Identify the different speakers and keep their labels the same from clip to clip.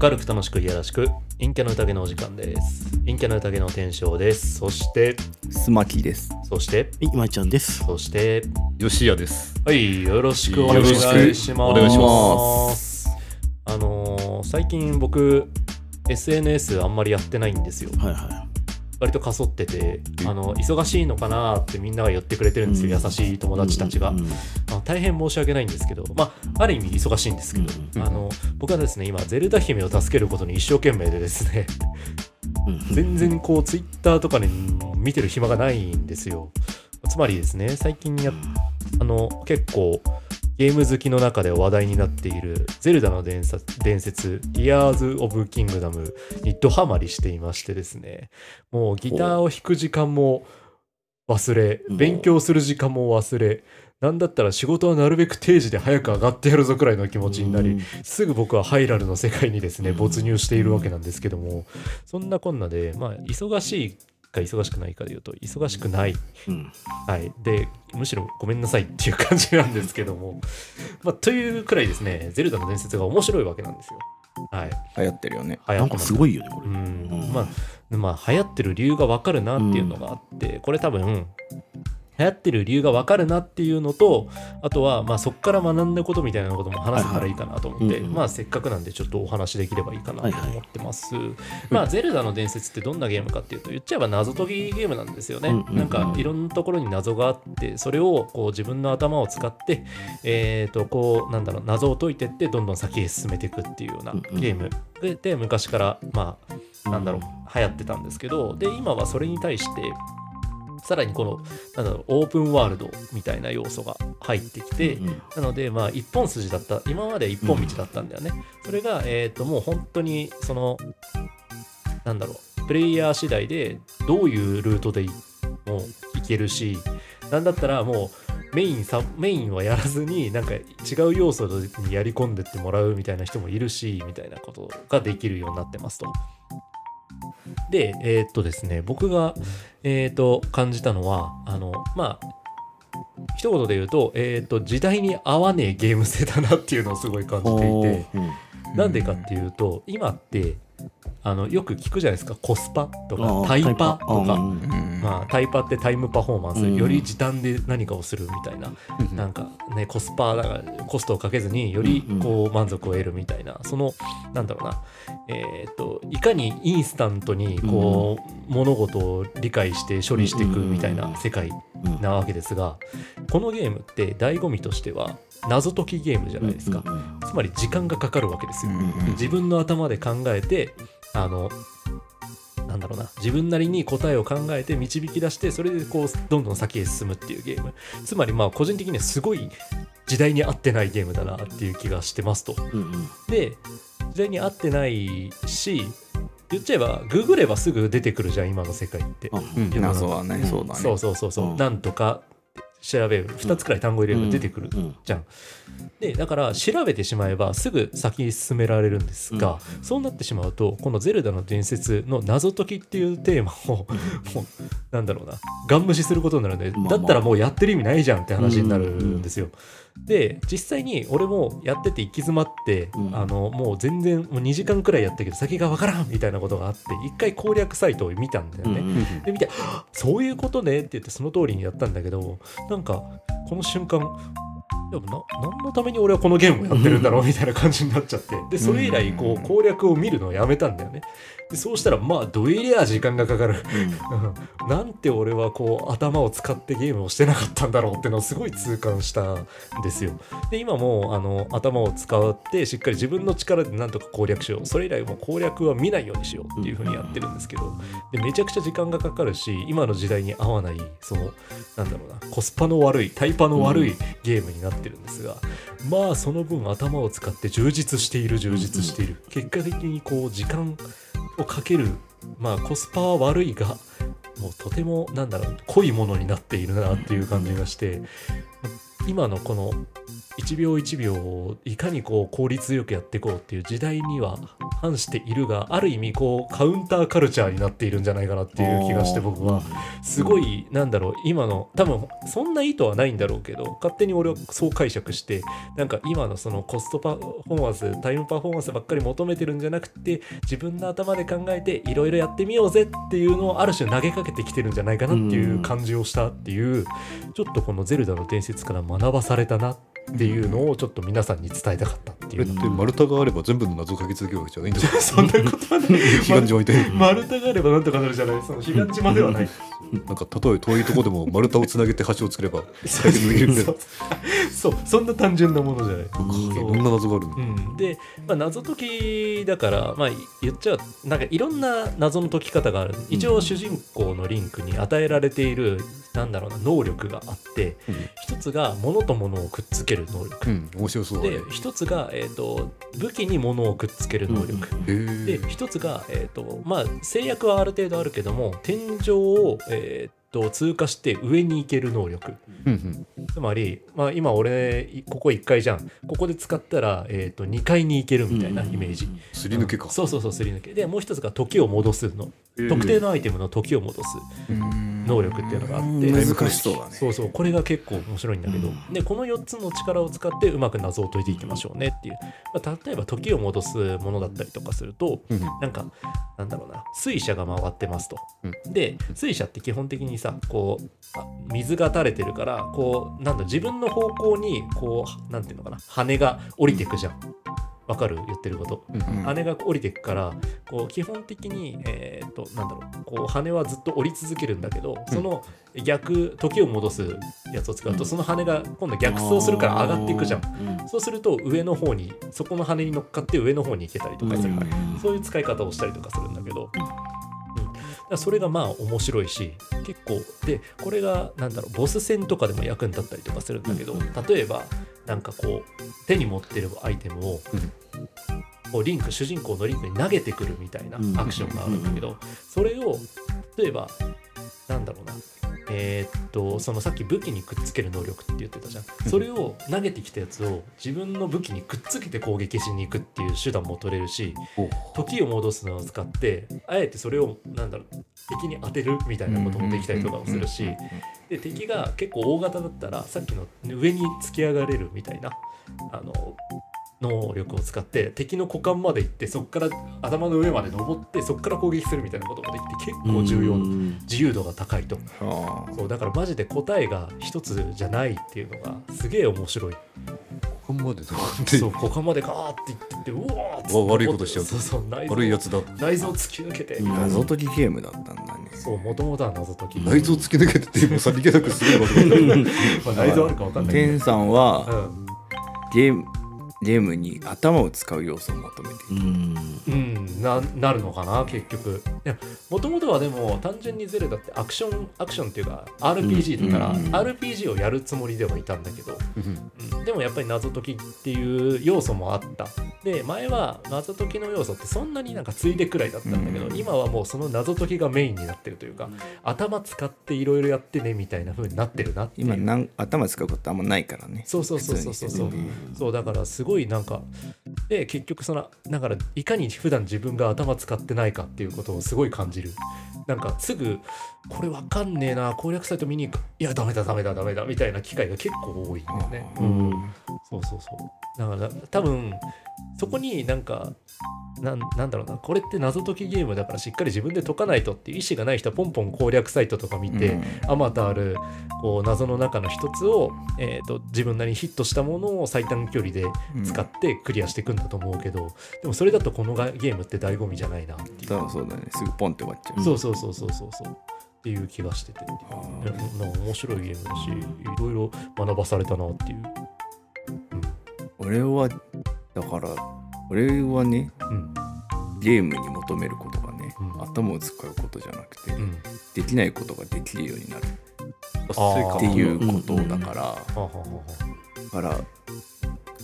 Speaker 1: 明るく楽しくいやらしく陰キャの宴のお時間です陰キャの宴の天翔ですそして
Speaker 2: スマキーです。
Speaker 1: そして
Speaker 3: 今井ちゃんです。
Speaker 1: そして
Speaker 4: よしやです。
Speaker 1: はいよろしくお願いします
Speaker 4: よろしくお願いします
Speaker 1: あのー最近僕 SNS あんまりやってないんですよ
Speaker 3: はいは
Speaker 1: 割とかそってて
Speaker 4: うん
Speaker 1: あの忙しいのかなってみんなが言ってくれてるんですよ、
Speaker 3: うん
Speaker 1: 優しい友
Speaker 3: い。
Speaker 1: 達たちが、
Speaker 3: うんうん
Speaker 1: あの大変申し訳ないんですけどまあある意味忙しいんですけど、
Speaker 3: う
Speaker 1: あの僕はですね今ゼルダ姫を助けることに一生懸命でですね
Speaker 3: うん
Speaker 1: 全然こうツイッターとかに見てる暇がないんですよつまりですね最近やあの結構ゲーム好きの中で話題になっている「ゼルダの伝説」伝説「ギアーズ・オブ・キングダム」にドハマりしていましてですねもうギターを弾く時間も忘れ
Speaker 3: うん
Speaker 1: 勉強する時間も忘れなんだったら仕事はなるべく定時で早く上がってやるぞくらいの気持ちになり、すぐ僕はハイラルの世界にですね
Speaker 3: うん
Speaker 1: 没入しているわけなんですけどもそんなこんなでまあ忙しいか忙しくないかでいうと忙しくない、
Speaker 3: うん
Speaker 1: はい、でむしろごめんなさいっていう感じなんですけども、まあ、というくらいですね「ゼルダの伝説」が面白いわけなんですよ。はい、
Speaker 2: 流行ってるよね。
Speaker 1: は
Speaker 3: なんかすごいよね、こ
Speaker 1: う
Speaker 3: れ。
Speaker 1: んまあ、まあ、流行ってる理由が分かるなっていうのがあって、これ多分流行ってる理由が分かるなっていうのとあとは、まあ、そこから学んだことみたいなことも話せたらいいかなと思って、
Speaker 3: はいはいうんうん
Speaker 1: まあ、せっかくなんでちょっとお話できればいいかなと
Speaker 3: はいはい
Speaker 1: 思ってます、まあ「ゼルダの伝説」ってどんなゲームかっていうと言っちゃえば謎解きゲームなんですよね、
Speaker 3: うんうんうん
Speaker 1: なんかいろんなところに謎があってそれをこう自分の頭を使ってえー、とこうなんだろう謎を解いてってどんどん先へ進めていくっていうような
Speaker 3: うんうん
Speaker 1: ゲームでで昔からまあなんだろう流行ってたんですけどで今はそれに対してさらにこのなんだろうオープンワールドみたいな要素が入ってきて、
Speaker 3: うん
Speaker 1: なので、まあ、一本筋だった、今までは一本道だったんだよね。それが、えっ、と、もう本当に、その、なんだろう、プレイヤー次第で、どういうルートでいもう行けるし、なんだったらもう、メインさ、メインはやらずに、なんか違う要素にやり込んでってもらうみたいな人もいるし、みたいなことができるようになってますと。で、えーっとですね、僕が、えーっと、感じたのは、あの、まあ、一言で言うと、えーっと、時代に合わねえゲーム性だなっていうのをすごい感じてい
Speaker 3: お
Speaker 1: て
Speaker 3: ー、うん
Speaker 1: なんでかっていうと、今って、あの、よく聞くじゃないですか、コスパと
Speaker 3: あ
Speaker 1: か、
Speaker 3: ー
Speaker 1: タイパ
Speaker 3: あ
Speaker 1: と
Speaker 3: ーう
Speaker 1: か、
Speaker 3: ん
Speaker 4: うん
Speaker 1: まあ、タイパってタイムパフォーマンス、
Speaker 3: うん
Speaker 1: より時短で何かをするみたいな、
Speaker 4: うん
Speaker 1: なんかね、コスパだからコストをかけずにより
Speaker 3: うんうん
Speaker 1: こう満足を得るみたいな、そのなんだろうな、えっといかにインスタントにこう、物事を理解して処理していくみたいな世界
Speaker 3: うん
Speaker 1: なわけですが、このゲームって醍醐味としては謎解きゲームじゃないですか、
Speaker 3: うんうん
Speaker 1: つまり時間がかかるわけですよ。
Speaker 4: うん
Speaker 1: 自分の頭で考えてあのなんだろうな自分なりに答えを考えて導き出してそれでこうどんどん先へ進むっていうゲームつまりまあ個人的にはすごい時代に合ってないゲームだなっていう気がしてますと
Speaker 3: うんうん
Speaker 1: で時代に合ってないし言っちゃえばググればすぐ出てくるじゃん今の世界って
Speaker 3: あ
Speaker 2: うん
Speaker 1: うん
Speaker 2: 謎はね、
Speaker 3: うん
Speaker 2: そうだね。
Speaker 1: そうそうそうそう、
Speaker 3: うん
Speaker 1: なんとか調べる2つくらい単語入れれば出てくる
Speaker 3: うん
Speaker 1: じゃん。でだから調べてしまえばすぐ先に進められるんですが、そうなってしまうとこの「ゼルダの伝説」の謎解きっていうテーマをもうなんだろうなガン無視することになるので、
Speaker 3: まあまあ
Speaker 1: だったらもうやってる意味ないじゃんって話になるんですよ。で実際に俺もやってて行き詰まって、
Speaker 3: うん
Speaker 1: あのもう全然もう2時間くらいやったけど先がわからんみたいなことがあって一回攻略サイトを見たんだよ
Speaker 3: うん
Speaker 1: ね。
Speaker 3: うん
Speaker 1: で見てはっ「そういうことね」って言ってその通りにやったんだけどなんかこの瞬間でもな何のために俺はこのゲームをやってるんだろうみたいな感じになっちゃってでそれ以来こう攻略を見るのをやめたんだよねでそうしたらまあどえりゃ時間がかかるうんなんて俺はこう頭を使ってゲームをしてなかったんだろうってのをすごい痛感したんですよで今もあの頭を使ってしっかり自分の力でなんとか攻略しようそれ以来もう攻略は見ないようにしようっていうふうにやってるんですけどでめちゃくちゃ時間がかかるし今の時代に合わないそのなんだろうなコスパの悪いタイパの悪いゲームになってるんですが、まあその分頭を使って充実している充実している、結果的にこう時間をかけるまあコスパは悪いがもうとてもなんだろう濃いものになっているなっていう感じがして、今のこの1秒1秒をいかにこう効率よくやっていこうっていう時代には反しているがある意味こうカウンターカルチャーになっているんじゃないかなっていう気がして僕はすごいなんだろう今の多分そんな意図はないんだろうけど勝手に俺はそう解釈してなんか今のそのコストパフォーマンスタイムパフォーマンスばっかり求めてるんじゃなくて自分の頭で考えていろいろやってみようぜっていうのをある種投げかけてきてるんじゃないかなっていう感じをしたっていうちょっとこの「ゼルダの伝説」から学ばされたなっていうのをちょっと皆さんに伝えたかったって
Speaker 5: こ
Speaker 1: い
Speaker 5: れ
Speaker 1: う
Speaker 5: っ
Speaker 1: の
Speaker 5: て
Speaker 1: が
Speaker 5: 丸太があれば全部の謎を解き続けるわけじゃないんだよ
Speaker 1: そんなことはない
Speaker 5: 彼岸 に置いて
Speaker 1: 丸太があればなんとかなるじゃないその彼岸島ではない
Speaker 5: なんか例え遠いとこでも丸太をつなげて橋を作れば解決できるみたい
Speaker 1: そう そうそんな単純なものじゃない
Speaker 5: ない
Speaker 1: そう
Speaker 5: ろんな謎があるんだ
Speaker 1: うん、で、まあ、謎解きだから、まあ、言っちゃうなんかいろんな謎の解き方がある一応主人公のリンクに与えられているなんだろうな能力があって、
Speaker 5: うん
Speaker 1: 一つが物と物をくっつける能力、
Speaker 5: うん面白そうだね
Speaker 1: で一つが、えー、と武器に物をくっつける能力、
Speaker 5: へ
Speaker 1: で
Speaker 5: ー
Speaker 1: 一つが、えーとまあ、制約はある程度あるけども天井を、えーと通過して上に行ける能力
Speaker 5: うん
Speaker 1: つまり、まあ、今俺いここ1階じゃんここで使ったら、えー、と2階に行けるみたいなイメージ、
Speaker 5: すり抜けか
Speaker 1: そうそうそうすり抜けでもう一つが時を戻すの特定のアイテムの時を戻す能力っていうのがあって
Speaker 2: 難しそうだね
Speaker 1: そうそうこれが結構面白いんだけど、でこの4つの力を使ってうまく謎を解いていきましょうねっていう、まあ、例えば時を戻すものだったりとかすると
Speaker 5: うんうん
Speaker 1: なんかなんだろうな水車が回ってますと、
Speaker 5: う
Speaker 1: で水車って基本的にさこうあ水が垂れてるからこうなんだ自分の方向にこうなんていうのかな羽が降りてくじゃんわかる言ってること羽が降りてくからこう基本的に、えー、となんだろうこう羽はずっと降り続けるんだけどその逆時を戻すやつを使うと、その羽が今度逆走するから上がっていくじゃん。
Speaker 3: ん。
Speaker 1: そうすると上の方にそこの羽に乗っかって上の方に行けたりとかする、そういう使い方をしたりとかするんだけど、うん、だからそれがまあ面白いし結構でこれがなんだろうボス戦とかでも役に立ったりとかするんだけど例えばなんかこう手に持ってるアイテムを、
Speaker 5: うん
Speaker 1: こうリンク主人公のリンクに投げてくるみたいな
Speaker 3: うん
Speaker 1: アクションがあるんだけど、それを例えばなんだろうなえーっとそのさっき武器にくっつける能力って言ってたじゃんそれを投げてきたやつを自分の武器にくっつけて攻撃しに行くっていう手段も取れるし
Speaker 5: ほう
Speaker 1: 時を戻すのを使ってあえてそれをなんだろう敵に当てるみたいなこともできたりとかもするしで敵が結構大型だったらさっきの上に突き上がれるみたいなあの能力を使って敵の股間まで行ってそこから頭の上まで登ってそこから攻撃するみたいなこともできて結構重要な自由度が高いと
Speaker 2: あ
Speaker 1: そうだからマジで答えが一つじゃないっていうのがすげえ面白い
Speaker 5: ここまでどうやって
Speaker 1: そう股間までガーっていってってうわーっつって
Speaker 5: わ悪いことしちゃう
Speaker 1: そうそう内臓
Speaker 5: 悪いやつだ
Speaker 1: 内臓突き抜けて、
Speaker 3: うん
Speaker 2: あ謎解きゲームだったんだね
Speaker 1: そうもともとは謎解き
Speaker 5: 内臓突き抜けてってもうさりげなくすごいわけだよ
Speaker 1: まあ内臓あるかわかんないけ
Speaker 2: ケンさんは
Speaker 1: ど
Speaker 2: ゲームゲームに頭を使う要素を求めてい
Speaker 3: う
Speaker 2: る
Speaker 3: ん。
Speaker 1: うん、うん、ななるのかな結局いやもともとはでも単純にゼルダってアクションアクションっていうか RPG だから、
Speaker 2: うんうん
Speaker 1: RPG をやるつもりではいたんだけど、うんでもやっぱり謎解きっていう要素もあったで前は謎解きの要素ってそんなになんかついでくらいだったんだけど、
Speaker 2: うん
Speaker 1: 今はもうその謎解きがメインになってるというか、頭使っていろいろやってねみたいな風になってるなっていう
Speaker 2: 今なん頭使うことあんまないからね
Speaker 1: そうそうそうそうそうそう
Speaker 2: 普通に
Speaker 1: そうだからすごいなんかで結局そのだからいかに普段自分が頭使ってないかっていうことをすごい感じるなんかすぐこれわかんねえな攻略サイト見に行くいやダメだダメだダメだみたいな機会が結構多いんだよね、
Speaker 3: うん。
Speaker 1: そうそうそうだから多分そこになんかなんなんだろうなこれって謎解きゲームだからしっかり自分で解かないとっていう意思がない人はポンポン攻略サイトとか見て、
Speaker 2: うん
Speaker 1: あまたあるこう謎の中の一つを、えー、と自分なりにヒットしたものを最短距離で使ってクリアしていくんだと思うけど、でもそれだとこのがゲームって醍醐味じゃないなっていう、
Speaker 2: そうそうだねすぐポンって終わっちゃう
Speaker 1: そうそうそうそうそうそうっていう気がしてて、いやなんか面白いゲームだしいろいろ学ばされたなっていう、
Speaker 2: 俺はだから俺はね
Speaker 1: うん
Speaker 2: ゲームに求めることがね、
Speaker 1: うん
Speaker 2: 頭を使うことじゃなくて、
Speaker 1: うん、
Speaker 2: できないことができるようになる
Speaker 5: 達成感
Speaker 2: っていうことだから、
Speaker 1: はあはあはあはあ
Speaker 2: だから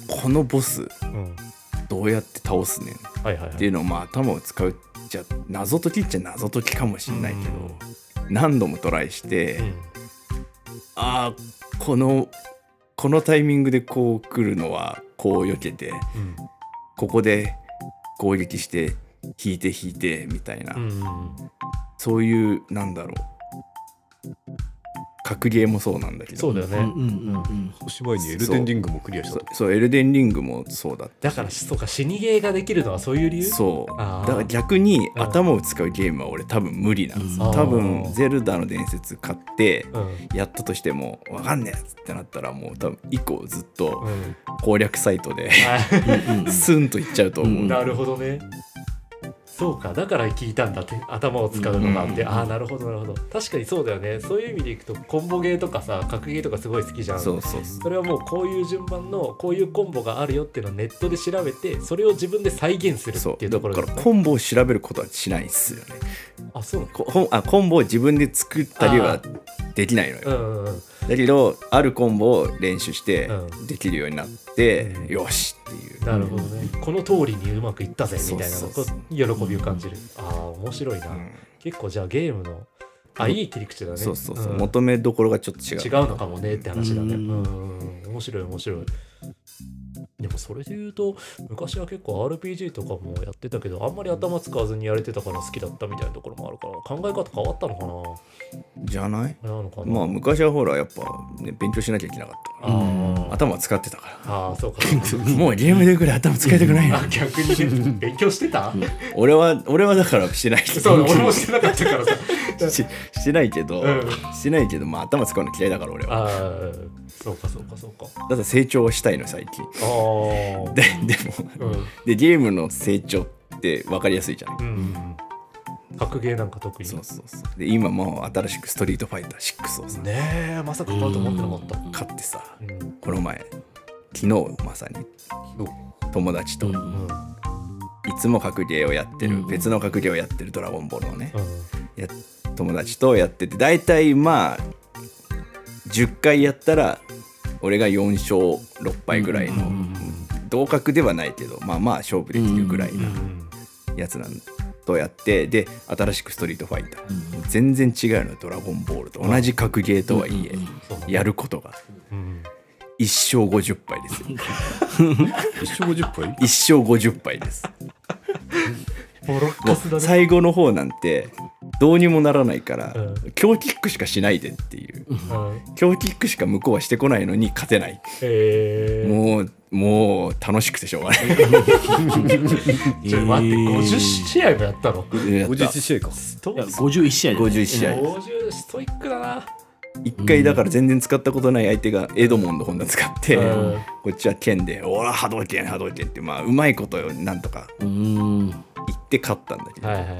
Speaker 2: このボス
Speaker 1: うん
Speaker 2: どうやって倒すねんっ
Speaker 1: はいはいはい。
Speaker 2: ていうのをまあ頭を使うじゃ謎解きっちゃ謎解きかもしんないけど、何度もトライして、
Speaker 1: うん
Speaker 2: ああこのこのタイミングでこう来るのはこう避けて
Speaker 1: うん
Speaker 2: ここで攻撃して引いて引いてみたいな、
Speaker 1: うん
Speaker 2: そういうなんだろう格ゲーもそうなんだけど
Speaker 1: そうだよね、
Speaker 3: うんうんうんうん。
Speaker 5: おしまいにエルデンリングもクリアし
Speaker 2: そ
Speaker 5: た
Speaker 2: うそうエルデンリングもそうだった
Speaker 1: だからそうか死にゲーができるのはそういう理由
Speaker 2: そう
Speaker 1: あー
Speaker 2: だから逆に
Speaker 1: うん
Speaker 2: 頭を使うゲームは俺多分無理なんです
Speaker 1: うん
Speaker 2: 多分「ゼルダの伝説」買って
Speaker 1: うん
Speaker 2: やったとしても分かんねえっつってなったらもう多分以降ずっ
Speaker 1: う
Speaker 2: と
Speaker 1: ん
Speaker 2: 攻略サイトで
Speaker 1: あ
Speaker 3: うんうん
Speaker 2: スンといっちゃうと思う、
Speaker 3: うん
Speaker 1: なるほどねそうかだから聞いたんだって頭を使うのがあって、
Speaker 2: うん
Speaker 1: ああなるほどなるほど確かにそうだよねそういう意味でいくとコンボゲーとかさ格ゲーとかすごい好きじゃん
Speaker 2: そうそうそう
Speaker 1: それはもうこういう順番のこういうコンボがあるよっていうのをネットで調べてそれを自分で再現する
Speaker 2: そ
Speaker 1: っ
Speaker 2: う
Speaker 1: ていうところ
Speaker 2: だ
Speaker 1: で
Speaker 2: か
Speaker 1: す
Speaker 2: ら
Speaker 1: ね
Speaker 2: コンボを調べることはしないっすよね
Speaker 1: あそうなの
Speaker 2: こほんあコンボを自分で作ったりは
Speaker 1: あ
Speaker 2: できないのよ
Speaker 1: うんうんうん
Speaker 2: だけどあるコンボを練習して
Speaker 1: う
Speaker 2: できるようになって、
Speaker 1: うん
Speaker 2: よしっていう
Speaker 1: なるほどね、この通りにうまくいったぜみたいな
Speaker 2: そう
Speaker 1: こ
Speaker 2: そうそう
Speaker 1: う喜びを感じる、ああ面白いな、
Speaker 2: うん
Speaker 1: 結構じゃあゲームのあ
Speaker 2: うん
Speaker 1: いい切り口だね
Speaker 2: そうそうそう、
Speaker 1: ん
Speaker 2: 求めどころがちょっと違う
Speaker 1: 違うのかもねって話だね
Speaker 3: うん
Speaker 1: うんうんうん面白い面白いでもそれで言うと昔は結構 RPG とかもやってたけどあんまり頭使わずにやれてたから好きだったみたいなところもあるから考え方変わったの
Speaker 2: じゃない
Speaker 1: かななのかな、
Speaker 2: まあ昔はほらやっぱ、ね、勉強しなきゃいけなかったか
Speaker 1: あー
Speaker 2: ら頭使ってたか
Speaker 1: あーそうかそう
Speaker 2: らもうゲームでぐらい頭使いたくないな
Speaker 1: か 逆にね勉強してた
Speaker 2: 俺は俺はだからしてないけど
Speaker 1: そう俺もしてなかったからさ
Speaker 2: ししてないけど、
Speaker 1: うん
Speaker 2: してないけど、まあ、頭使うの嫌いだから俺は
Speaker 1: ああそうかそうかそうか
Speaker 2: だから成長したいの最近
Speaker 1: ああ
Speaker 2: ででも
Speaker 1: うん
Speaker 2: でゲームの成長って分かりやすいじゃない
Speaker 1: うん格ゲーなんか特に
Speaker 2: そうそうそうで今もう新しく「ストリートファイター6」をさ
Speaker 1: ねえまさか買うと思ってなかっ
Speaker 2: 買ってさ
Speaker 1: たうん
Speaker 2: この前昨日まさに友達と
Speaker 3: う
Speaker 2: い
Speaker 1: うんん
Speaker 2: つも格ゲーをやって
Speaker 3: う
Speaker 2: る
Speaker 3: ん
Speaker 2: 別の格ゲーをやってる「ドラゴンボール」をね
Speaker 1: うん
Speaker 2: や友達とやってて大体まあ10回やったら俺が4勝6敗ぐらいの同格ではないけどまあまあ勝負できるぐらいなやつなんとやってで新しく「ストリートファイター」全然違うのよドラゴンボールと同じ格ゲーとはいえやることが
Speaker 1: うん
Speaker 2: 1勝50敗ですよ
Speaker 5: 一生50杯
Speaker 2: 一勝50敗です
Speaker 1: ボロッカスだね。
Speaker 2: 最後の方なんてどうにもならないから、
Speaker 1: う
Speaker 2: 強キックしかしないでっていう
Speaker 1: うん
Speaker 2: 強キックしか向こうはしてこないのに勝てない
Speaker 1: えー、
Speaker 2: もうもう楽しくてしょうがない
Speaker 1: ちょっと待って、50試合もやったの
Speaker 2: やった
Speaker 5: 51試合か
Speaker 1: スト
Speaker 3: いや51試合だね
Speaker 2: 51試合
Speaker 1: 50ストイックだな。
Speaker 2: 一回だから全然使ったことない相手がエドモンの本田使って、
Speaker 1: うん
Speaker 2: こっちは剣で「おら波動拳波動拳」ってまあうまいことをなんとか
Speaker 3: うん
Speaker 2: 言って勝ったんだけど、
Speaker 1: はいはいは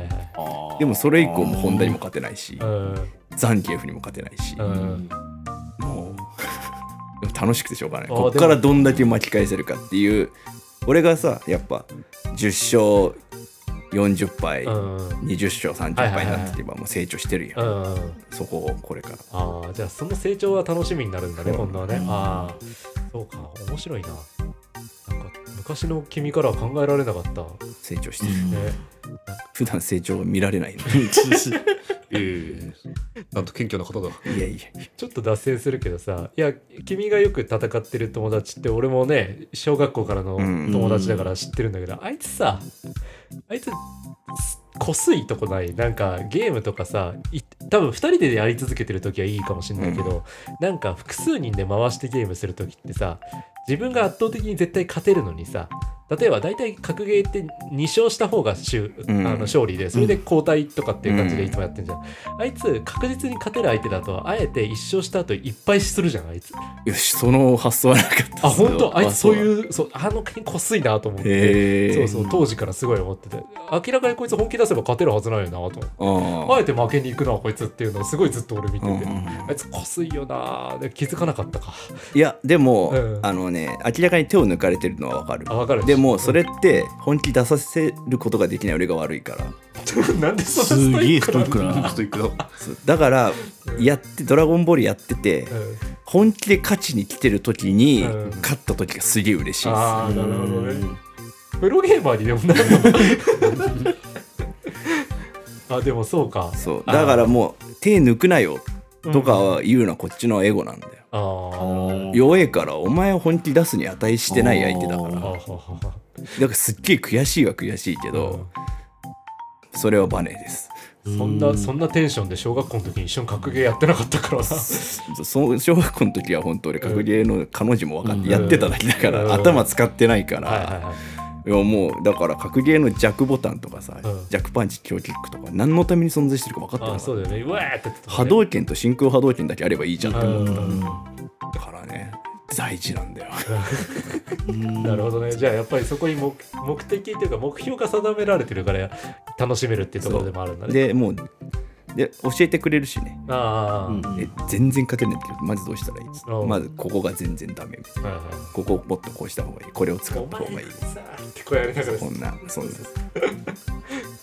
Speaker 1: い。
Speaker 2: でもそれ以降も本田にも勝てないし
Speaker 1: うん
Speaker 2: ザンキエフにも勝てないし、
Speaker 1: うん
Speaker 2: もうでも 楽しくてしょうがない
Speaker 1: あー
Speaker 2: こっからどんだけ巻き返せるかっていう俺がさやっぱ10勝40敗、
Speaker 1: うん
Speaker 2: 20勝30敗になってればもう成長してるやん、
Speaker 1: うん
Speaker 2: そこをこれから
Speaker 1: ああ、じゃあその成長は楽しみになるんだね、
Speaker 2: そう
Speaker 1: 今度はね。ああ、そうか、面白いな。なんか昔の君からは考えられなかった。ね、
Speaker 2: 成長してる、
Speaker 3: うん
Speaker 2: 普段成長が見られないの
Speaker 5: ええなんと謙虚な方だ
Speaker 2: いやいや
Speaker 1: ちょっと脱線するけどさ、いや、君がよく戦ってる友達って、俺もね、小学校からの
Speaker 2: うん
Speaker 1: 友達だから知ってるんだけど、あいつさ、あいつ、こすいとこない。なんか、ゲームとかさ、い多分2人でやり続けてる時はいいかもしれないけど、なんか、複数人で回してゲームする時ってさ、自分が圧倒的に絶対勝てるのにさ、例えば大体格ゲーって2勝した方が勝,、
Speaker 2: うん
Speaker 1: あの勝利でそれで交代とかっていう感じでいつもやってんじゃん、あいつ確実に勝てる相手だとあえて1勝した後いっぱいするじゃんあいつあ
Speaker 2: よしその発想はなかったっすよ
Speaker 1: 本当あいつそう
Speaker 2: う
Speaker 1: いうそうあの国こすいなと思って
Speaker 2: へえ
Speaker 1: そうそう当時からすごい思ってて明らかにこいつ本気出せば勝てるはずないよなと思ってあえて負けに行くなこいつっていうのをすごいずっと俺見てて、あいつこすいよなで気づかなかったか
Speaker 2: いやでも、
Speaker 1: うん
Speaker 2: あのね明らかに手を抜かれてるのはわかる
Speaker 1: あ分かる
Speaker 2: でもそれって本気出させることができない俺が悪いから
Speaker 1: なんですそんなスト
Speaker 3: げ
Speaker 1: イ
Speaker 3: え
Speaker 1: ック
Speaker 3: ス
Speaker 1: な
Speaker 3: ト
Speaker 1: の
Speaker 3: イックだな
Speaker 5: ストイックだ
Speaker 2: そうだから
Speaker 1: うん
Speaker 2: やって「ドラゴンボール」やってて
Speaker 1: うん
Speaker 2: 本気で勝ちに来てる時に
Speaker 1: うん
Speaker 2: 勝った時がすげえ嬉しいです
Speaker 1: ああなるほどねプロゲーマーにでもなるの あでもそうか
Speaker 2: そうだからもう手抜くなよとかは言うのはこっちのエゴなんだよ
Speaker 1: あー
Speaker 3: あ
Speaker 2: 弱えからお前を本気出すに値してない相手だか
Speaker 1: あ
Speaker 2: ら
Speaker 1: ははは
Speaker 2: だからすっげえ悔しいは悔しいけど、それはバネです。
Speaker 1: そんなそんなテンションで小学校の時に一緒に格ゲーやってなかったからな
Speaker 2: そそ小学校の時は本当俺格ゲーの彼女も分かってやってただけだから、
Speaker 1: うん
Speaker 2: 頭使ってないから、
Speaker 1: はいはいはい
Speaker 2: いやもうだから格ゲーの弱ボタンとかさ、
Speaker 1: うん
Speaker 2: 弱パンチ強キックとか何のために存在してるか分かって
Speaker 1: あ
Speaker 2: なか
Speaker 1: あ
Speaker 2: った
Speaker 1: そうだよねうわーってやってたね
Speaker 2: 波動拳と真空波動拳だけあればいいじゃんって思っ
Speaker 1: う
Speaker 2: たからね大事なんだよ
Speaker 1: んなるほどねじゃあやっぱりそこに目目的というか目標が定められてるから楽しめるっていうところでもあるんだね
Speaker 2: でもうで教えてくれるしね
Speaker 1: ああ、
Speaker 2: え全然勝てないけどまずどうしたらいいっつって
Speaker 1: うん
Speaker 2: まずここが全然ダメみたいな
Speaker 1: はいは
Speaker 2: ここをもっとこうした方がいいこれを使
Speaker 1: い、お
Speaker 2: った方がい
Speaker 1: 前
Speaker 2: い
Speaker 1: さーってこうやりながら
Speaker 2: こんなそんな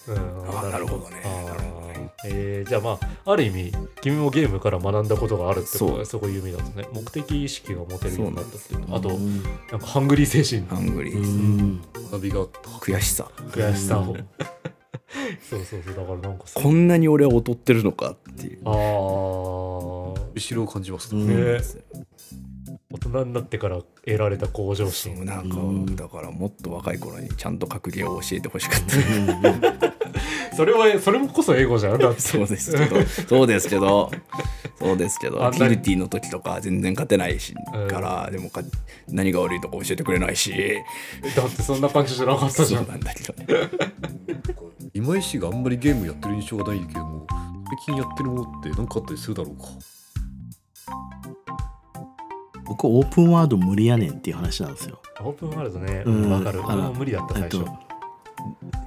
Speaker 1: うん
Speaker 2: あなるほどね
Speaker 1: あーえーじゃあまあある意味君もゲームから学んだことがあるってこと
Speaker 2: そ
Speaker 1: が
Speaker 2: う
Speaker 1: すごい有名だったね目的意識が持てるようになったっていうのあと
Speaker 3: うん
Speaker 1: なんかハングリー精神
Speaker 2: ハングリ
Speaker 3: う
Speaker 2: ー
Speaker 3: ん
Speaker 5: 学びがあった
Speaker 2: 悔しさ
Speaker 1: 悔しさを そうそうそうだからなんかそう
Speaker 2: こんなに俺は劣ってるのかっていう
Speaker 1: あー
Speaker 5: 後ろを感じます
Speaker 3: う
Speaker 5: ね
Speaker 3: ん
Speaker 1: ね大人になってから得られた向上
Speaker 2: そう
Speaker 1: 心
Speaker 2: なん
Speaker 3: うん
Speaker 2: かだからもっと若い頃にちゃんと格ゲーを教えてほしかった
Speaker 1: それはそれもこそ英語じゃん だって
Speaker 2: そうですけどそうですけどそうですけど
Speaker 1: あんな
Speaker 2: ピルティの時とか全然勝てないしからでもか何が悪いとか教えてくれないし
Speaker 1: だってそんな感じじゃなかったじ
Speaker 2: そ
Speaker 1: ゃ
Speaker 2: うんなんだけどね
Speaker 5: 今井氏があんまりゲームやってる印象がないけども最近やってるものって何かあったりするだろうか
Speaker 3: 僕オープンワード無理やねんっていう話なんですよ。
Speaker 1: オープンワールドね
Speaker 3: うん
Speaker 1: わかる
Speaker 3: あの
Speaker 1: 俺も無理だった
Speaker 3: えっ
Speaker 1: 最初
Speaker 3: と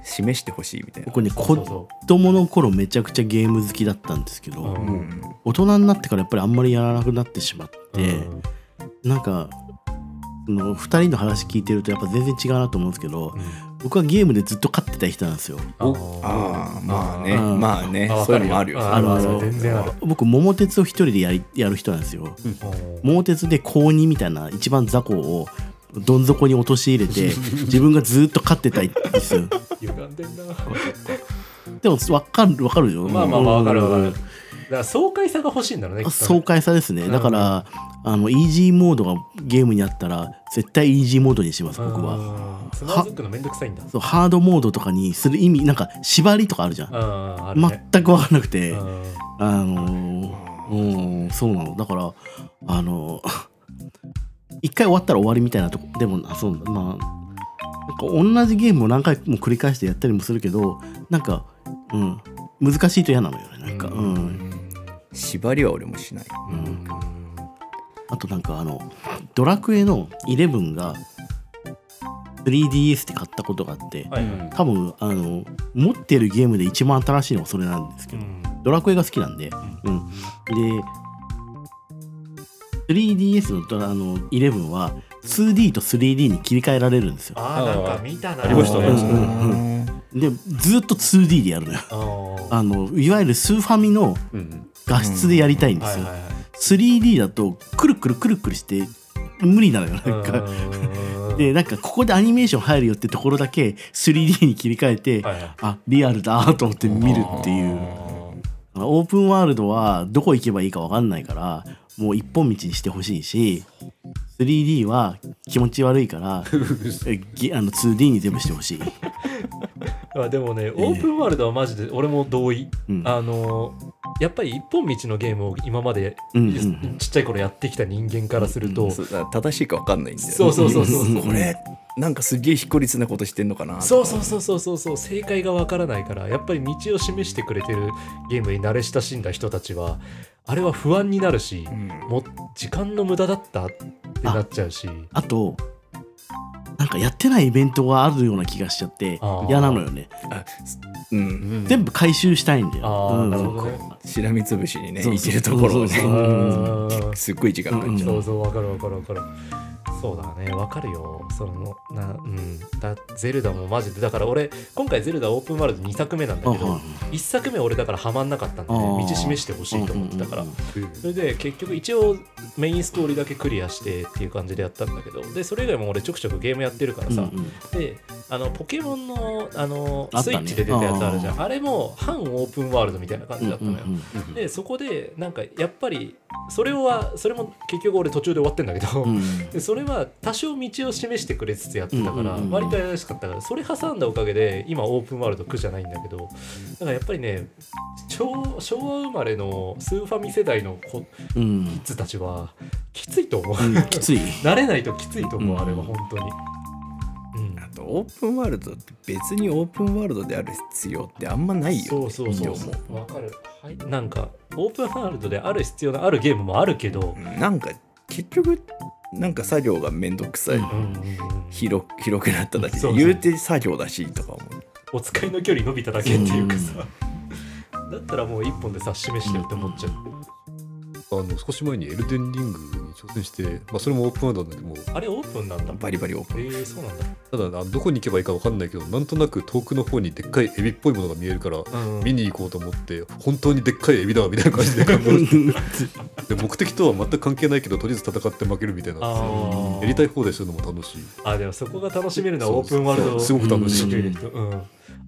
Speaker 2: 示してほしいみたいな
Speaker 3: 僕ね
Speaker 1: そう
Speaker 3: 子
Speaker 1: そ
Speaker 3: 供の頃めちゃくちゃゲーム好きだったんですけど、
Speaker 1: ううん
Speaker 2: うん
Speaker 3: 大人になってからやっぱりあんまりやらなくなってしまって、
Speaker 1: うん
Speaker 3: なんかその2人の話聞いてるとやっぱ全然違うなと思うんですけど
Speaker 1: うん
Speaker 3: 僕はゲームでずっと勝ってた人なんですよ。
Speaker 1: あ
Speaker 2: ああまあね
Speaker 3: うん
Speaker 2: まあね
Speaker 1: あわ
Speaker 2: そう
Speaker 1: か
Speaker 2: いう
Speaker 1: る
Speaker 2: の
Speaker 1: よ
Speaker 2: もあるよ
Speaker 1: あるある
Speaker 3: あの
Speaker 1: 全然ある
Speaker 3: 僕桃鉄を一人でやりやる人なんですよ。桃鉄で高2みたいな一番雑魚をどん底に陥れて自分がずっと勝ってたいんですよ
Speaker 1: 歪んでんな
Speaker 3: でも分かる分かるよ
Speaker 1: まあまあまあわかるわかる
Speaker 3: うん
Speaker 1: だから爽快さが欲しいんだろうねきっとね
Speaker 3: 爽快さですねだからあのイージーモードがゲームにあったら絶対イージーモードにします僕は
Speaker 1: うんつまずくのめんどくさいんだ
Speaker 3: そうハードモードとかにする意味なんか縛りとかあるじゃん
Speaker 1: うんあるね
Speaker 3: 全く分からなくて
Speaker 1: うん
Speaker 3: あのーうんそうなのだからあのー 一回終わったら終わりみたいなとこでもあそうまあなんか同じゲームを何回も繰り返してやったりもするけどなんか、うん、難しいと嫌なのよねなんか、うん
Speaker 2: 縛りは俺もしない
Speaker 1: うん
Speaker 3: あとなんかあの「ドラクエ」の11が 3DS で買ったことがあって
Speaker 1: はいはい
Speaker 3: 多分あの持ってるゲームで一番新しいのがそれなんですけど
Speaker 1: うん
Speaker 3: ドラクエが好きなんで、うん、で 3DS のドラあの11は 2D と 3D に切り替えられるんですよ
Speaker 1: ああなんか見たな
Speaker 5: ありましたね
Speaker 1: うん
Speaker 3: うんでずっと 2D でやるのよ
Speaker 1: あー
Speaker 3: あのいわゆるスーファミの
Speaker 5: うん
Speaker 3: 画質でやりたいんですよ、
Speaker 1: はいはいはい
Speaker 3: 3D だとくるくるくるくるして無理なのよなんか、
Speaker 1: うん
Speaker 3: でなんかここでアニメーション入るよってところだけ 3D に切り替えて、
Speaker 1: はいはい
Speaker 3: あリアルだと思って見るっていうオープンワールドはどこ行けばいいか分かんないからもう一本道にしてほしいし 3D は気持ち悪いから えぎあの 2D に全部してほしい。
Speaker 1: あでもねオープンワールドはマジで俺も同意、
Speaker 3: うん
Speaker 1: あのやっぱり一本道のゲームを今まで、
Speaker 3: うんうん
Speaker 1: ちっちゃい頃やってきた人間からすると、
Speaker 2: そうだから正しいか分かんないんだよね
Speaker 1: そうそうそうそう
Speaker 2: これなんかすげえ非効率なことしてんのかなとか
Speaker 1: そうそうそうそうそうそう正解がわからないからやっぱり道を示してくれてるゲームに慣れ親しんだ人たちはあれは不安になるし、
Speaker 2: うん
Speaker 1: もう時間の無駄だったってなっちゃうし
Speaker 3: あとなんかやってないイベントがあるような気がしちゃって
Speaker 1: あー
Speaker 3: 嫌なのよね
Speaker 2: うん
Speaker 3: 全部回収したいんだよ。
Speaker 1: あー
Speaker 3: うん
Speaker 1: なるほどね
Speaker 2: しらみつぶしにね
Speaker 3: そう
Speaker 2: いけるところを
Speaker 3: そう
Speaker 1: う
Speaker 3: そ
Speaker 2: ね
Speaker 1: ん
Speaker 2: すっごい時間かかっちゃう、
Speaker 1: そうそうわかるわかるわかるそうだねわかるよそのなうんだゼルダもマジでだから俺今回ゼルダオープンワールド2作目なんだけ
Speaker 3: あは
Speaker 1: ど
Speaker 3: い
Speaker 1: 1作目俺だからハマんなかったんで、ね、
Speaker 3: あー
Speaker 1: 道示してほしいと思ってたから
Speaker 3: うんうん
Speaker 1: それで結局一応メインストーリーだけクリアしてっていう感じでやったんだけどでそれ以外も俺ちょくちょくゲームやってるから
Speaker 3: うん
Speaker 1: さ、
Speaker 3: うんうん
Speaker 1: であのポケモンのあの
Speaker 3: あった
Speaker 1: ス
Speaker 3: ね
Speaker 1: イッチで出たやつあるじゃんあれも半オープンワールドみたいな感じだったのよ、
Speaker 3: うんうんうん
Speaker 1: でそこでなんかやっぱりそれはそれも結局俺途中で終わってんだけど、
Speaker 3: うん
Speaker 1: でそれは多少道を示してくれつつやってたから、
Speaker 3: うんうんうん
Speaker 1: 割とやりやすかったからそれ挟んだおかげで今オープンワールド苦じゃないんだけどだからやっぱりね昭昭和生まれのスーファミ世代の子
Speaker 3: うん
Speaker 1: キッズたちはきついと思う、
Speaker 3: うんきつい
Speaker 1: 慣れないときついと思う、
Speaker 3: うん
Speaker 1: あれは本当に。うん
Speaker 2: あとオープンワールドって別にオープンワールドである必要ってあんまないよ
Speaker 1: そうそうそう
Speaker 2: って思
Speaker 1: わかる、はい、なんかオープンワールドである必要のあるゲームもあるけど、
Speaker 2: うんなんか結局なんか作業がめんどくさい、
Speaker 3: うん
Speaker 1: うんうんうん
Speaker 2: 広く広くなっただけで
Speaker 1: そうそう
Speaker 2: 言うて作業だしとか思う
Speaker 1: お使いの距離伸びただけっていうかさ、だったらもう一本で指し示してるって思っちゃう、
Speaker 5: あの少し前にエルデンリングに挑戦して、まあ、それもオープンワールドなんだけども
Speaker 1: あれオープンなんだ
Speaker 2: バリバリオープ
Speaker 1: え
Speaker 2: ン
Speaker 1: ー、そうなんだ、
Speaker 5: ただあのどこに行けばいいか分かんないけどなんとなく遠くの方にでっかいエビっぽいものが見えるから、
Speaker 1: うん
Speaker 5: 見に行こうと思って本当にでっかいエビだみたいな感じで頑張るで目的とは全く関係ないけどとりあえず戦って負けるみたいな
Speaker 1: あー
Speaker 5: やりたい方でするのも楽しい
Speaker 1: あでもそこが楽しめるのはオープンワールド
Speaker 5: そうすごく楽しい、
Speaker 3: うん
Speaker 1: うんうん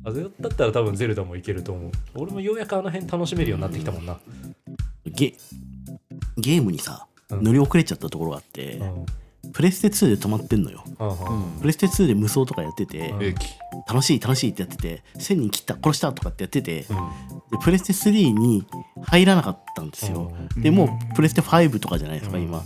Speaker 1: あだったら多分ゼルダもいけると思う俺もようやくあの辺楽しめるようになってきたもんな、
Speaker 3: ゲゲームにさ
Speaker 1: うん
Speaker 3: 乗り遅れちゃったところがあって、
Speaker 1: うんうん
Speaker 3: プレステ2で止まってんのよ
Speaker 1: うん
Speaker 3: プレステ2で無双とかやってて、
Speaker 1: うん
Speaker 5: 兵器
Speaker 3: 楽しい楽しいってやってて1000人切った殺したとかってやってて、で
Speaker 1: うん
Speaker 3: プレステ3に入らなかったんですよ、でもうプレステ5とかじゃないですか、
Speaker 1: うん
Speaker 3: 今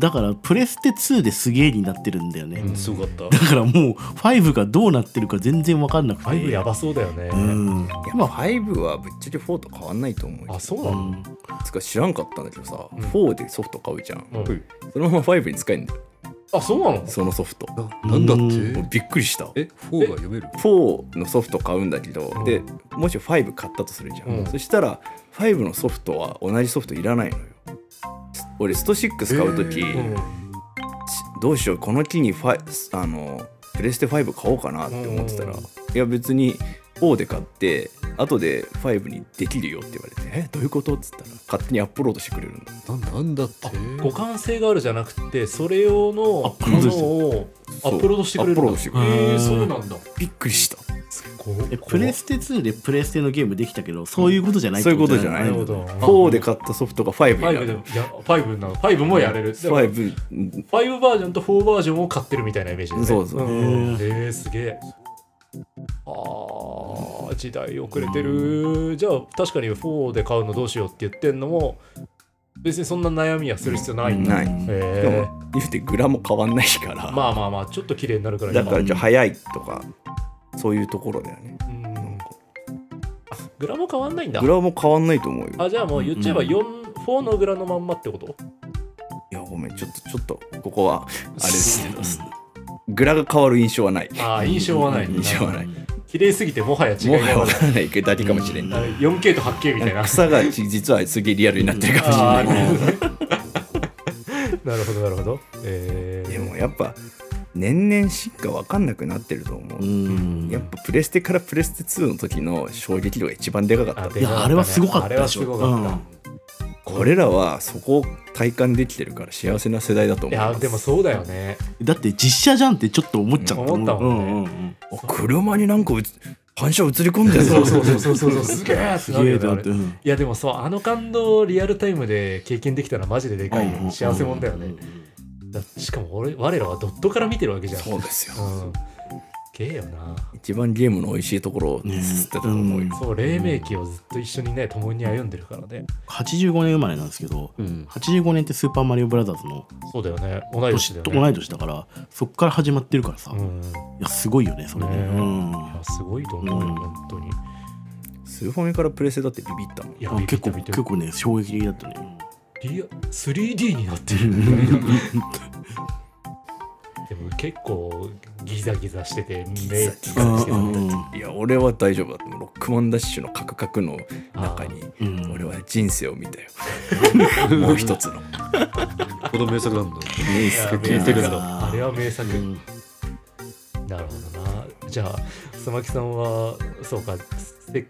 Speaker 3: だからプレステ2ですげえになってるんだよね、
Speaker 1: うん
Speaker 5: すごかっ
Speaker 3: だ
Speaker 5: た
Speaker 3: からもう5がどうなってるか全然分かんなくて
Speaker 1: 5やばそうだよね、
Speaker 3: うん
Speaker 2: いやまあ5はぶっちゃけ4と変わんないと思うよ
Speaker 1: あそう
Speaker 3: う
Speaker 1: なの、
Speaker 3: ん
Speaker 2: つか知らんかったんだけどさ、
Speaker 1: ん
Speaker 2: 4でソフト買うじゃん、
Speaker 1: うん
Speaker 2: そのまま5に使えんだよ
Speaker 1: あそうなの
Speaker 2: そのソフトも
Speaker 5: ななんだっ
Speaker 3: う
Speaker 2: う
Speaker 5: て
Speaker 2: びっくりした
Speaker 5: えフォーが読める
Speaker 2: 4のソフト買うんだけど、
Speaker 1: うん
Speaker 2: でもし5買ったとするじゃん、
Speaker 1: うん
Speaker 2: そしたら5のソフトは同じソフトいらないのよ俺スト6買う時、
Speaker 5: えー
Speaker 2: どうしようこの機にファイスあのプレステ5買おうかなって思ってたら、
Speaker 1: うん
Speaker 2: いや別に4で買って後で5にできるよって言われて「えどういうこと?」っつったら勝手にアップロードしてくれるんだ
Speaker 5: ななんだって
Speaker 1: 互換性があるじゃなくてそれ用のも
Speaker 3: プロードして
Speaker 1: のをアップロードしてくれるんだ
Speaker 2: アップロードしてく
Speaker 3: れる
Speaker 1: えー、そうなんだ
Speaker 2: びっくりした
Speaker 3: えプレステ2でプレステのゲームできたけどそういうことじゃない
Speaker 2: そういうことじゃない
Speaker 1: なるほど
Speaker 2: 4で買ったソフトが5にな
Speaker 1: 5で
Speaker 2: る
Speaker 1: もいや5なの5もやれるでも
Speaker 2: 5
Speaker 1: 5バージョンと4バージョンを買ってるみたいなイメージだね
Speaker 2: そうそう
Speaker 1: うんえー、すげえあー時代遅れてるじゃあ確かに4で買うのどうしようって言ってんのも別にそんな悩みはする必要ないんだ、
Speaker 2: な
Speaker 1: へ
Speaker 2: いで
Speaker 1: え
Speaker 2: も言うてグラも変わんないから、
Speaker 1: まあまあまあちょっと綺麗になるからいい
Speaker 2: だ
Speaker 1: な
Speaker 2: からじゃあ早いとかそういうところだよね
Speaker 1: うんあグラも変わんないんだ
Speaker 2: グラも変わんないと思うよ
Speaker 1: あじゃあもう言っちゃえば4 4のグラのまんまってこと
Speaker 2: いやごめんちょっとちょっとここはあれですけど
Speaker 3: うん
Speaker 2: グラが変わる印象はない
Speaker 1: ああ印象はない
Speaker 2: 印象はない
Speaker 1: 綺麗すぎてもはや違い
Speaker 2: も
Speaker 1: が
Speaker 2: はや
Speaker 1: わ
Speaker 2: わ
Speaker 1: か
Speaker 2: からないけどだけかもしれん
Speaker 1: ら
Speaker 2: な
Speaker 1: ない 4K と 8K みたいな
Speaker 2: 草がち実はすげえリアルになってるかもし
Speaker 1: あ
Speaker 2: れな
Speaker 1: あ
Speaker 2: い
Speaker 1: なるほどなるほどえー、
Speaker 2: でもやっぱ年々進化わかんなくなってると思う、
Speaker 3: うん
Speaker 2: やっぱプレステからプレステ2の時の衝撃度が一番でかかった
Speaker 1: で
Speaker 3: いやあれはすごかった
Speaker 1: あれはすごかった、
Speaker 2: 俺らはそこを体感できてるから幸せな世代だと
Speaker 1: い
Speaker 2: 思い
Speaker 1: や
Speaker 2: ます
Speaker 1: でもそうだよね
Speaker 3: だって実写じゃんってちょっと思っちゃった
Speaker 1: 思ったもんね
Speaker 3: うんうんうん
Speaker 2: あ車になんかうつ反射映り込んでる
Speaker 1: そうそうそうそうそうそうすげえって
Speaker 3: す
Speaker 1: なる
Speaker 3: げえ
Speaker 1: よね
Speaker 3: だ
Speaker 1: あ
Speaker 3: っ
Speaker 1: れ
Speaker 3: てうん
Speaker 1: いやでもそうあの感動をリアルタイムで経験できたらマジででかいよ、
Speaker 3: うんうん
Speaker 1: 幸せもんだよね、だしかも俺我らはドットから見てるわけじゃん
Speaker 2: そうですよ
Speaker 1: うんけえよな
Speaker 2: 一番ゲームの美味しいところを
Speaker 3: ね
Speaker 2: 吸ってたと思うよ、
Speaker 3: うん
Speaker 1: そう黎明期をずっと一緒にね共に歩んでるからね
Speaker 3: 85年生まれなんですけど
Speaker 5: うん
Speaker 3: 85年って「スーパーマリオブラザーズ」の
Speaker 1: そうだよね同い年
Speaker 3: 年
Speaker 1: だ
Speaker 3: と
Speaker 1: よね
Speaker 3: 同い年だからそっから始まってるからさ、
Speaker 1: う
Speaker 3: い
Speaker 1: ん、い
Speaker 3: やすごいよねそれね
Speaker 1: ね
Speaker 3: うん
Speaker 1: やすごいと思うよ、
Speaker 3: うん
Speaker 1: 本当に
Speaker 2: スーファミからプレステだってビビったもん
Speaker 1: いや
Speaker 3: あ
Speaker 1: 見て
Speaker 3: 結
Speaker 1: 見て
Speaker 3: 構
Speaker 1: 見て
Speaker 3: 結構ね衝撃的だったね
Speaker 1: リア 3D になって るでも結構ギザギザしてて目ギザギ
Speaker 2: う
Speaker 1: ザ
Speaker 2: ん
Speaker 1: して
Speaker 3: う
Speaker 1: た
Speaker 3: ん
Speaker 1: ね
Speaker 2: いや俺は大丈夫だってロックマンダッシュのカクカクの中に
Speaker 3: うん
Speaker 2: 俺は人生を見 たよもう一つの
Speaker 5: この名作なんだ
Speaker 2: 名
Speaker 1: いや
Speaker 2: 作
Speaker 1: 名
Speaker 3: いてる
Speaker 1: 作
Speaker 3: んだ
Speaker 1: だあれは名作、
Speaker 3: うん
Speaker 1: なるほどなじゃあ須磨木さんはそうかせ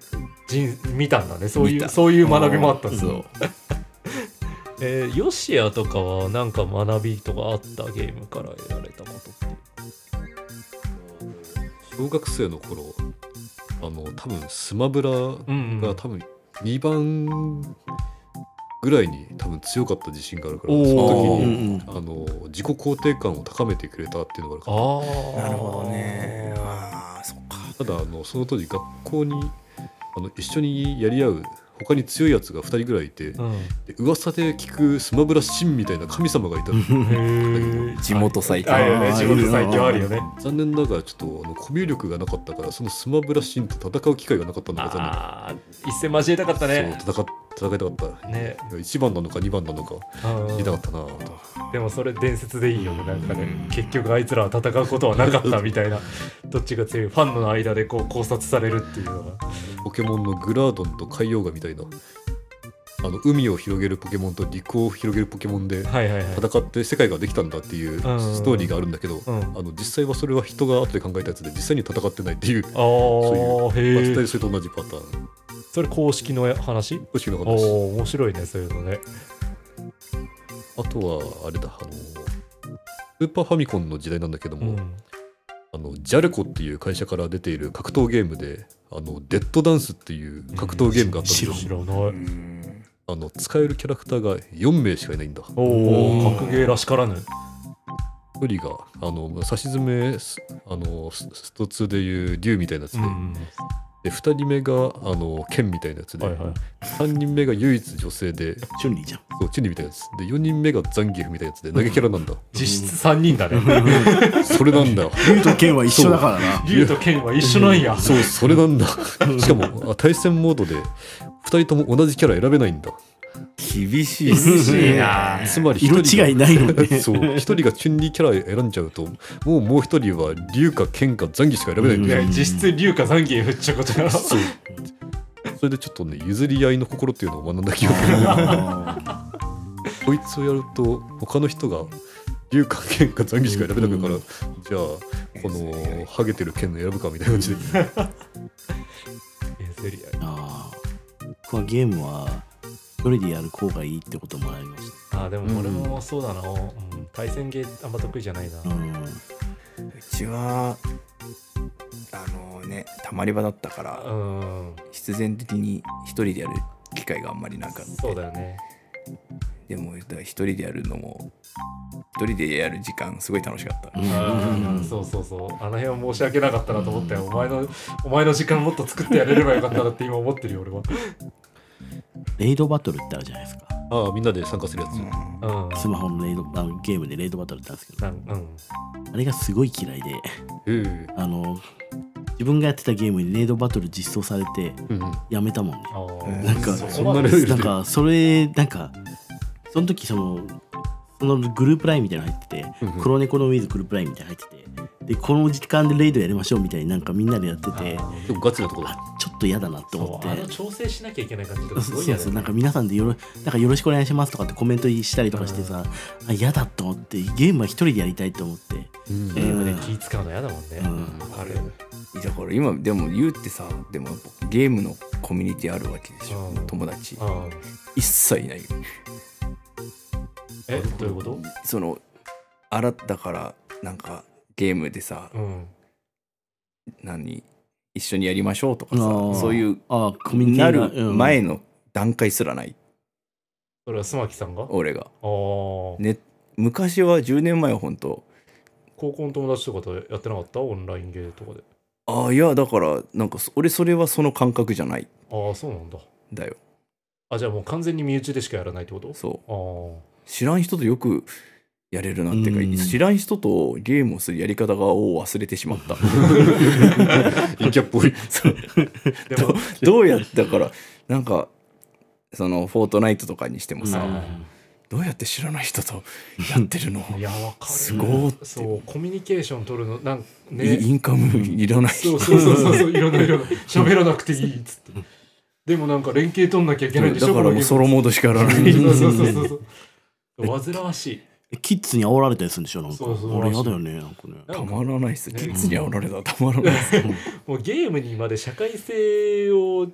Speaker 1: 人見たんだねそうい
Speaker 2: 見た
Speaker 1: うそういう学びもあったんです
Speaker 2: そ
Speaker 1: よ
Speaker 2: う、
Speaker 1: えーヨシアとかはなんか学びとかあったゲームから得られたことって
Speaker 5: 小学生の頃あの多分スマブラ
Speaker 1: うんうん
Speaker 5: が多分2番ぐらいに多分強かった自信があるから
Speaker 3: おー
Speaker 5: その時
Speaker 3: う
Speaker 5: に
Speaker 3: ん
Speaker 5: あの自己肯定感を高めてくれたっていうのがあるかな
Speaker 1: ああ
Speaker 2: なるほどねああそっか
Speaker 5: ただあのその当時学校にあの一緒にやり合う他に強いやつが2人ぐらいいて、
Speaker 1: うん
Speaker 5: で噂で聞くスマブラ神みたいな神様がいたの
Speaker 1: へえ
Speaker 2: 地元最強
Speaker 1: あるよね
Speaker 3: あー
Speaker 1: 地元最強あるよね
Speaker 5: 残念ながらちょっとあのコミュ力がなかったからそのスマブラ神と戦う機会がなかったのが残念
Speaker 1: ああ一戦交えたかったね
Speaker 5: そう戦っ戦いたかった、
Speaker 1: ね
Speaker 5: 1番なのか2番なのか
Speaker 1: うん
Speaker 5: 知りたかったなぁと
Speaker 1: でもそれ伝説でいいよねなんかね結局あいつらは戦うことはなかったみたいなどっちが強いファンの間でこう考察されるっていうのが
Speaker 5: ポケモンのグラードンと海洋ガみたいなあの海を広げるポケモンと陸を広げるポケモンで
Speaker 1: はいはいはい
Speaker 5: 戦って世界ができたんだっていうストーリーがあるんだけど、
Speaker 1: うん
Speaker 5: あの実際はそれは人が後で考えたやつで実際に戦ってないっていう
Speaker 1: ああ
Speaker 5: そういう、まあ、
Speaker 1: へ
Speaker 5: 絶
Speaker 1: え
Speaker 5: 対それと同じパターン
Speaker 1: それ公式の話
Speaker 5: 欲しくなか
Speaker 1: お
Speaker 5: ったです
Speaker 1: お面白いねそういうのね
Speaker 5: あとはあれだあのスーパーファミコンの時代なんだけど
Speaker 1: う
Speaker 5: も、
Speaker 1: ん
Speaker 5: あのジャルコっていう会社から出ている格闘ゲームであのデッドダンスっていう格闘ゲームがあったんですよ、
Speaker 1: 知らない
Speaker 5: あの使えるキャラクターが4名しかいないんだ
Speaker 1: おお格ゲーらしからぬ
Speaker 5: 一人があの差し詰めすあのススト2でいう竜みたいなやつで,、
Speaker 1: うん
Speaker 5: で2人目があの剣みたいなやつで、
Speaker 1: はいはい
Speaker 5: 3人目が唯一女性で
Speaker 3: チュンリーじゃん。
Speaker 5: そうチュニみたいなやつで4人目がザンギエフみたいなやつで投げキャラなんだ
Speaker 1: 実質3人だね
Speaker 5: それなん だよ
Speaker 3: 竜と剣は一緒だからな。
Speaker 1: 竜と剣は一緒なんや
Speaker 5: そうそれなんだしかもあ対戦モードで2人とも同じキャラ選べないんだ
Speaker 2: 厳しい
Speaker 1: 厳
Speaker 2: っす
Speaker 1: しいな
Speaker 5: つまり
Speaker 3: 色
Speaker 5: 1人が
Speaker 3: 違いないのね。
Speaker 5: そう1人がチュンリーキャラ選んじゃうともうもう1人は竜か剣かザンギしか選べないん
Speaker 1: い
Speaker 5: だよ、
Speaker 1: や実質竜かザンギエフっちゃことやろ
Speaker 5: そうそれでちょっとね譲り合いの心っていうのを学んだ記憶が
Speaker 3: あ
Speaker 5: こいつをやると他の人が竜か剣かザンギしか選べなくなるから、じゃあこのハゲてる剣の選ぶかみたいな感じで
Speaker 1: えセリア
Speaker 3: ーあー。僕はゲームは一人でやる方がいいってこともありまし
Speaker 1: あーでも俺もそうだな、うん対戦ゲーあんま得意じゃないな、
Speaker 3: た。うん。
Speaker 2: うちはあのねたまり場だったから
Speaker 1: うん、
Speaker 2: 必然的に一人でやる機会があんまりなかった
Speaker 1: そうだよね
Speaker 2: でもだから一人でやるのも一人でやる時間すごい楽しかった、
Speaker 1: うんそうそうそうあの辺は申し訳なかったなと思ったよお前のお前の時間もっと作ってやれればよかったなって今思ってるよ俺は
Speaker 3: レイドバトルってあるじゃないですか。
Speaker 5: ああみんなで参加するやつ、
Speaker 1: うん
Speaker 3: スマホのレイドあのゲームでレイドバトルってあるんですけど、
Speaker 1: なんうん
Speaker 3: あれがすごい嫌いで、
Speaker 5: え
Speaker 3: あの、自分がやってたゲームにレイドバトル実装されて、
Speaker 5: えうんうん
Speaker 3: やめたもんね。
Speaker 1: あー
Speaker 2: なん
Speaker 3: か
Speaker 1: そ
Speaker 5: そ
Speaker 1: こ
Speaker 5: ん
Speaker 1: ま
Speaker 5: なレ
Speaker 1: で
Speaker 5: ベル
Speaker 3: な
Speaker 5: で
Speaker 3: んかそれなんかその時そのそのグループラインみたいなの入ってて、
Speaker 5: うんうん
Speaker 3: 黒猫のウィズグループラインみたいなの入っててでこの時間でレイドやりましょうみたいになんかみんなでやっててあ
Speaker 5: 結構ガチなところだ
Speaker 3: ちょっと嫌だなって思
Speaker 1: そ
Speaker 3: っ
Speaker 1: うあの
Speaker 3: て。
Speaker 1: 調整しなきゃいけない感じと
Speaker 3: そう
Speaker 1: かすごい
Speaker 3: そ
Speaker 1: や
Speaker 3: う
Speaker 1: ね
Speaker 3: そうなんか皆さんでよろ「なんかよろしくお願いします」とかってコメントしたりとかしてさ、あ嫌だと思ってゲームは一人でやりたいと思って、
Speaker 5: うん
Speaker 1: ゲームで気使うの嫌だもんね
Speaker 3: う
Speaker 1: わ、
Speaker 3: ん
Speaker 1: かる
Speaker 2: だから今でも言うってさでもやっぱゲームのコミュニティあるわけでしょ、
Speaker 1: うん
Speaker 2: 友達
Speaker 1: うん
Speaker 2: 一切いないよ
Speaker 1: えどういうこと
Speaker 2: そのあらだからなんかゲームでさ、
Speaker 1: うん
Speaker 2: 何一緒にやりましょうとかさ
Speaker 3: あー
Speaker 2: そういう
Speaker 3: あーコミュニテ
Speaker 2: な
Speaker 3: ィが
Speaker 2: る前の段階すらない
Speaker 1: それは須磨木さんがああ
Speaker 2: 俺が
Speaker 1: 高
Speaker 2: ね昔は10年前は本当
Speaker 1: 校の友達とかとやってなかったオンラインゲーとかで
Speaker 2: ああいやだからなんかそ俺それはその感覚じゃない
Speaker 1: ああそうなんだ
Speaker 2: んだよ
Speaker 1: あじゃあもう完全に身内でしかやらないってこと
Speaker 2: そう
Speaker 1: あ
Speaker 2: 知らん人とよくやれるなって
Speaker 3: う
Speaker 2: い
Speaker 3: ん
Speaker 2: うか知らん人とゲームをするやり方がを忘れてしまっ た
Speaker 5: 陰キャっぽい
Speaker 2: そう
Speaker 1: あでも
Speaker 2: どうやってだからなんかその「フォートナイト」とかにしてもさ、
Speaker 1: う
Speaker 2: どうやって知らない人とやってるの
Speaker 1: んいやわかる
Speaker 2: すごい
Speaker 1: そうコミュニケーション取るのなん
Speaker 2: いイ
Speaker 1: ね
Speaker 2: ンカムいらない
Speaker 1: そうそうそうそうそういろんないろん な喋らなくていいっつってでもなんか連携取んなきゃいけないんでし
Speaker 2: だ
Speaker 1: ょ
Speaker 2: からもうソロ
Speaker 1: も
Speaker 2: モードしかやらない
Speaker 1: そうそうそうそうそう煩わしい
Speaker 3: キッズに煽られたりするんでしょなんか
Speaker 1: そうそう
Speaker 3: あれ嫌だよねなんかね
Speaker 1: な
Speaker 2: た
Speaker 1: んか
Speaker 2: まらないっす
Speaker 1: ね
Speaker 2: キッズに煽られたらたまらないっす
Speaker 1: もうゲームにまで社会性を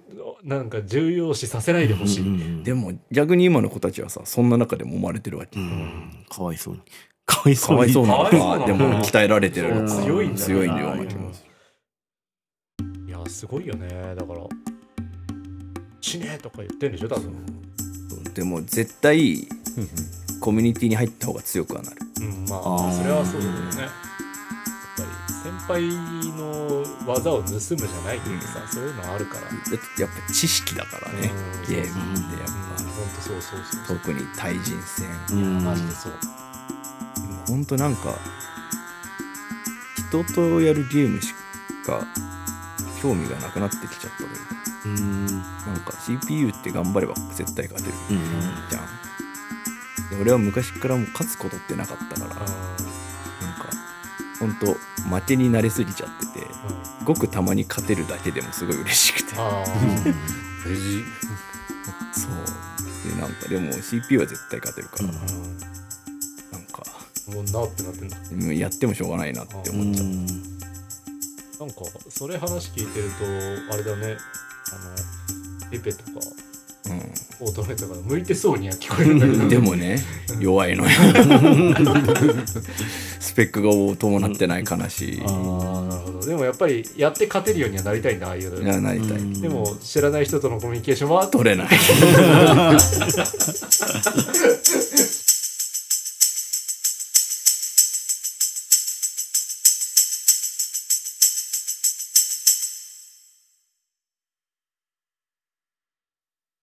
Speaker 1: なんか重要視させないでほし
Speaker 3: う
Speaker 1: い
Speaker 3: んうんうん
Speaker 2: でも逆に今の子たちはさそんな中で揉まれてるわけ
Speaker 3: うんかわいそうに。かわい
Speaker 2: か
Speaker 3: そう
Speaker 2: わい
Speaker 3: に。
Speaker 2: そうなの
Speaker 1: かわいそうなの
Speaker 2: かでも鍛えられてるの
Speaker 1: そ
Speaker 2: か
Speaker 1: う強いんだな
Speaker 2: 強いんだよ
Speaker 1: ああいうの
Speaker 2: 気持ち
Speaker 1: いやすごいよねだから死ねとか言ってんでしょ多分
Speaker 2: くても絶対
Speaker 5: うんうん
Speaker 2: コミュニティに入った方が強くはなる
Speaker 1: うん、ま
Speaker 3: あー
Speaker 1: あそれはそうだよねやっぱり先輩の技を盗むじゃないけどさ、そういうのあるから、
Speaker 2: だってやっぱ知識だから
Speaker 1: う
Speaker 2: ね
Speaker 1: ん
Speaker 2: ゲームってや
Speaker 1: うん
Speaker 2: っぱ
Speaker 1: ほんとそうそうそうそう
Speaker 2: 特に対人戦
Speaker 3: うん
Speaker 1: マジでそう
Speaker 2: ほんとなんか人とやるゲームしか興味がなくなってきちゃったというか
Speaker 3: うん
Speaker 2: なんか CPU って頑張れば絶対勝てる
Speaker 3: うん
Speaker 2: じゃん。で俺は昔からもう勝つことってなかったから、なんか、本当負けに慣れすぎちゃってて、ごくたまに勝てるだけでもすごい嬉しくて。そう。
Speaker 1: あ
Speaker 5: 大事
Speaker 2: で、なんか、でも CPU は絶対勝てるから、
Speaker 1: あ、
Speaker 2: なんか、
Speaker 1: うん、もうなってなってんだ
Speaker 2: うんやってもしょうがないなって思っちゃう。
Speaker 1: なんかそれ話聞いてるとあれだねあのエペとかオートメとか向いてそうには聞こえるんだけ
Speaker 2: う
Speaker 1: ど
Speaker 2: ん。でもね、弱いのよ。スペックが伴ってない悲し い。
Speaker 1: ああなるほどでもやっぱりやって勝てるようにはなりたいんだああいう
Speaker 2: ななりたい。
Speaker 1: でも知らない人とのコミュニケーションは
Speaker 2: 取れない。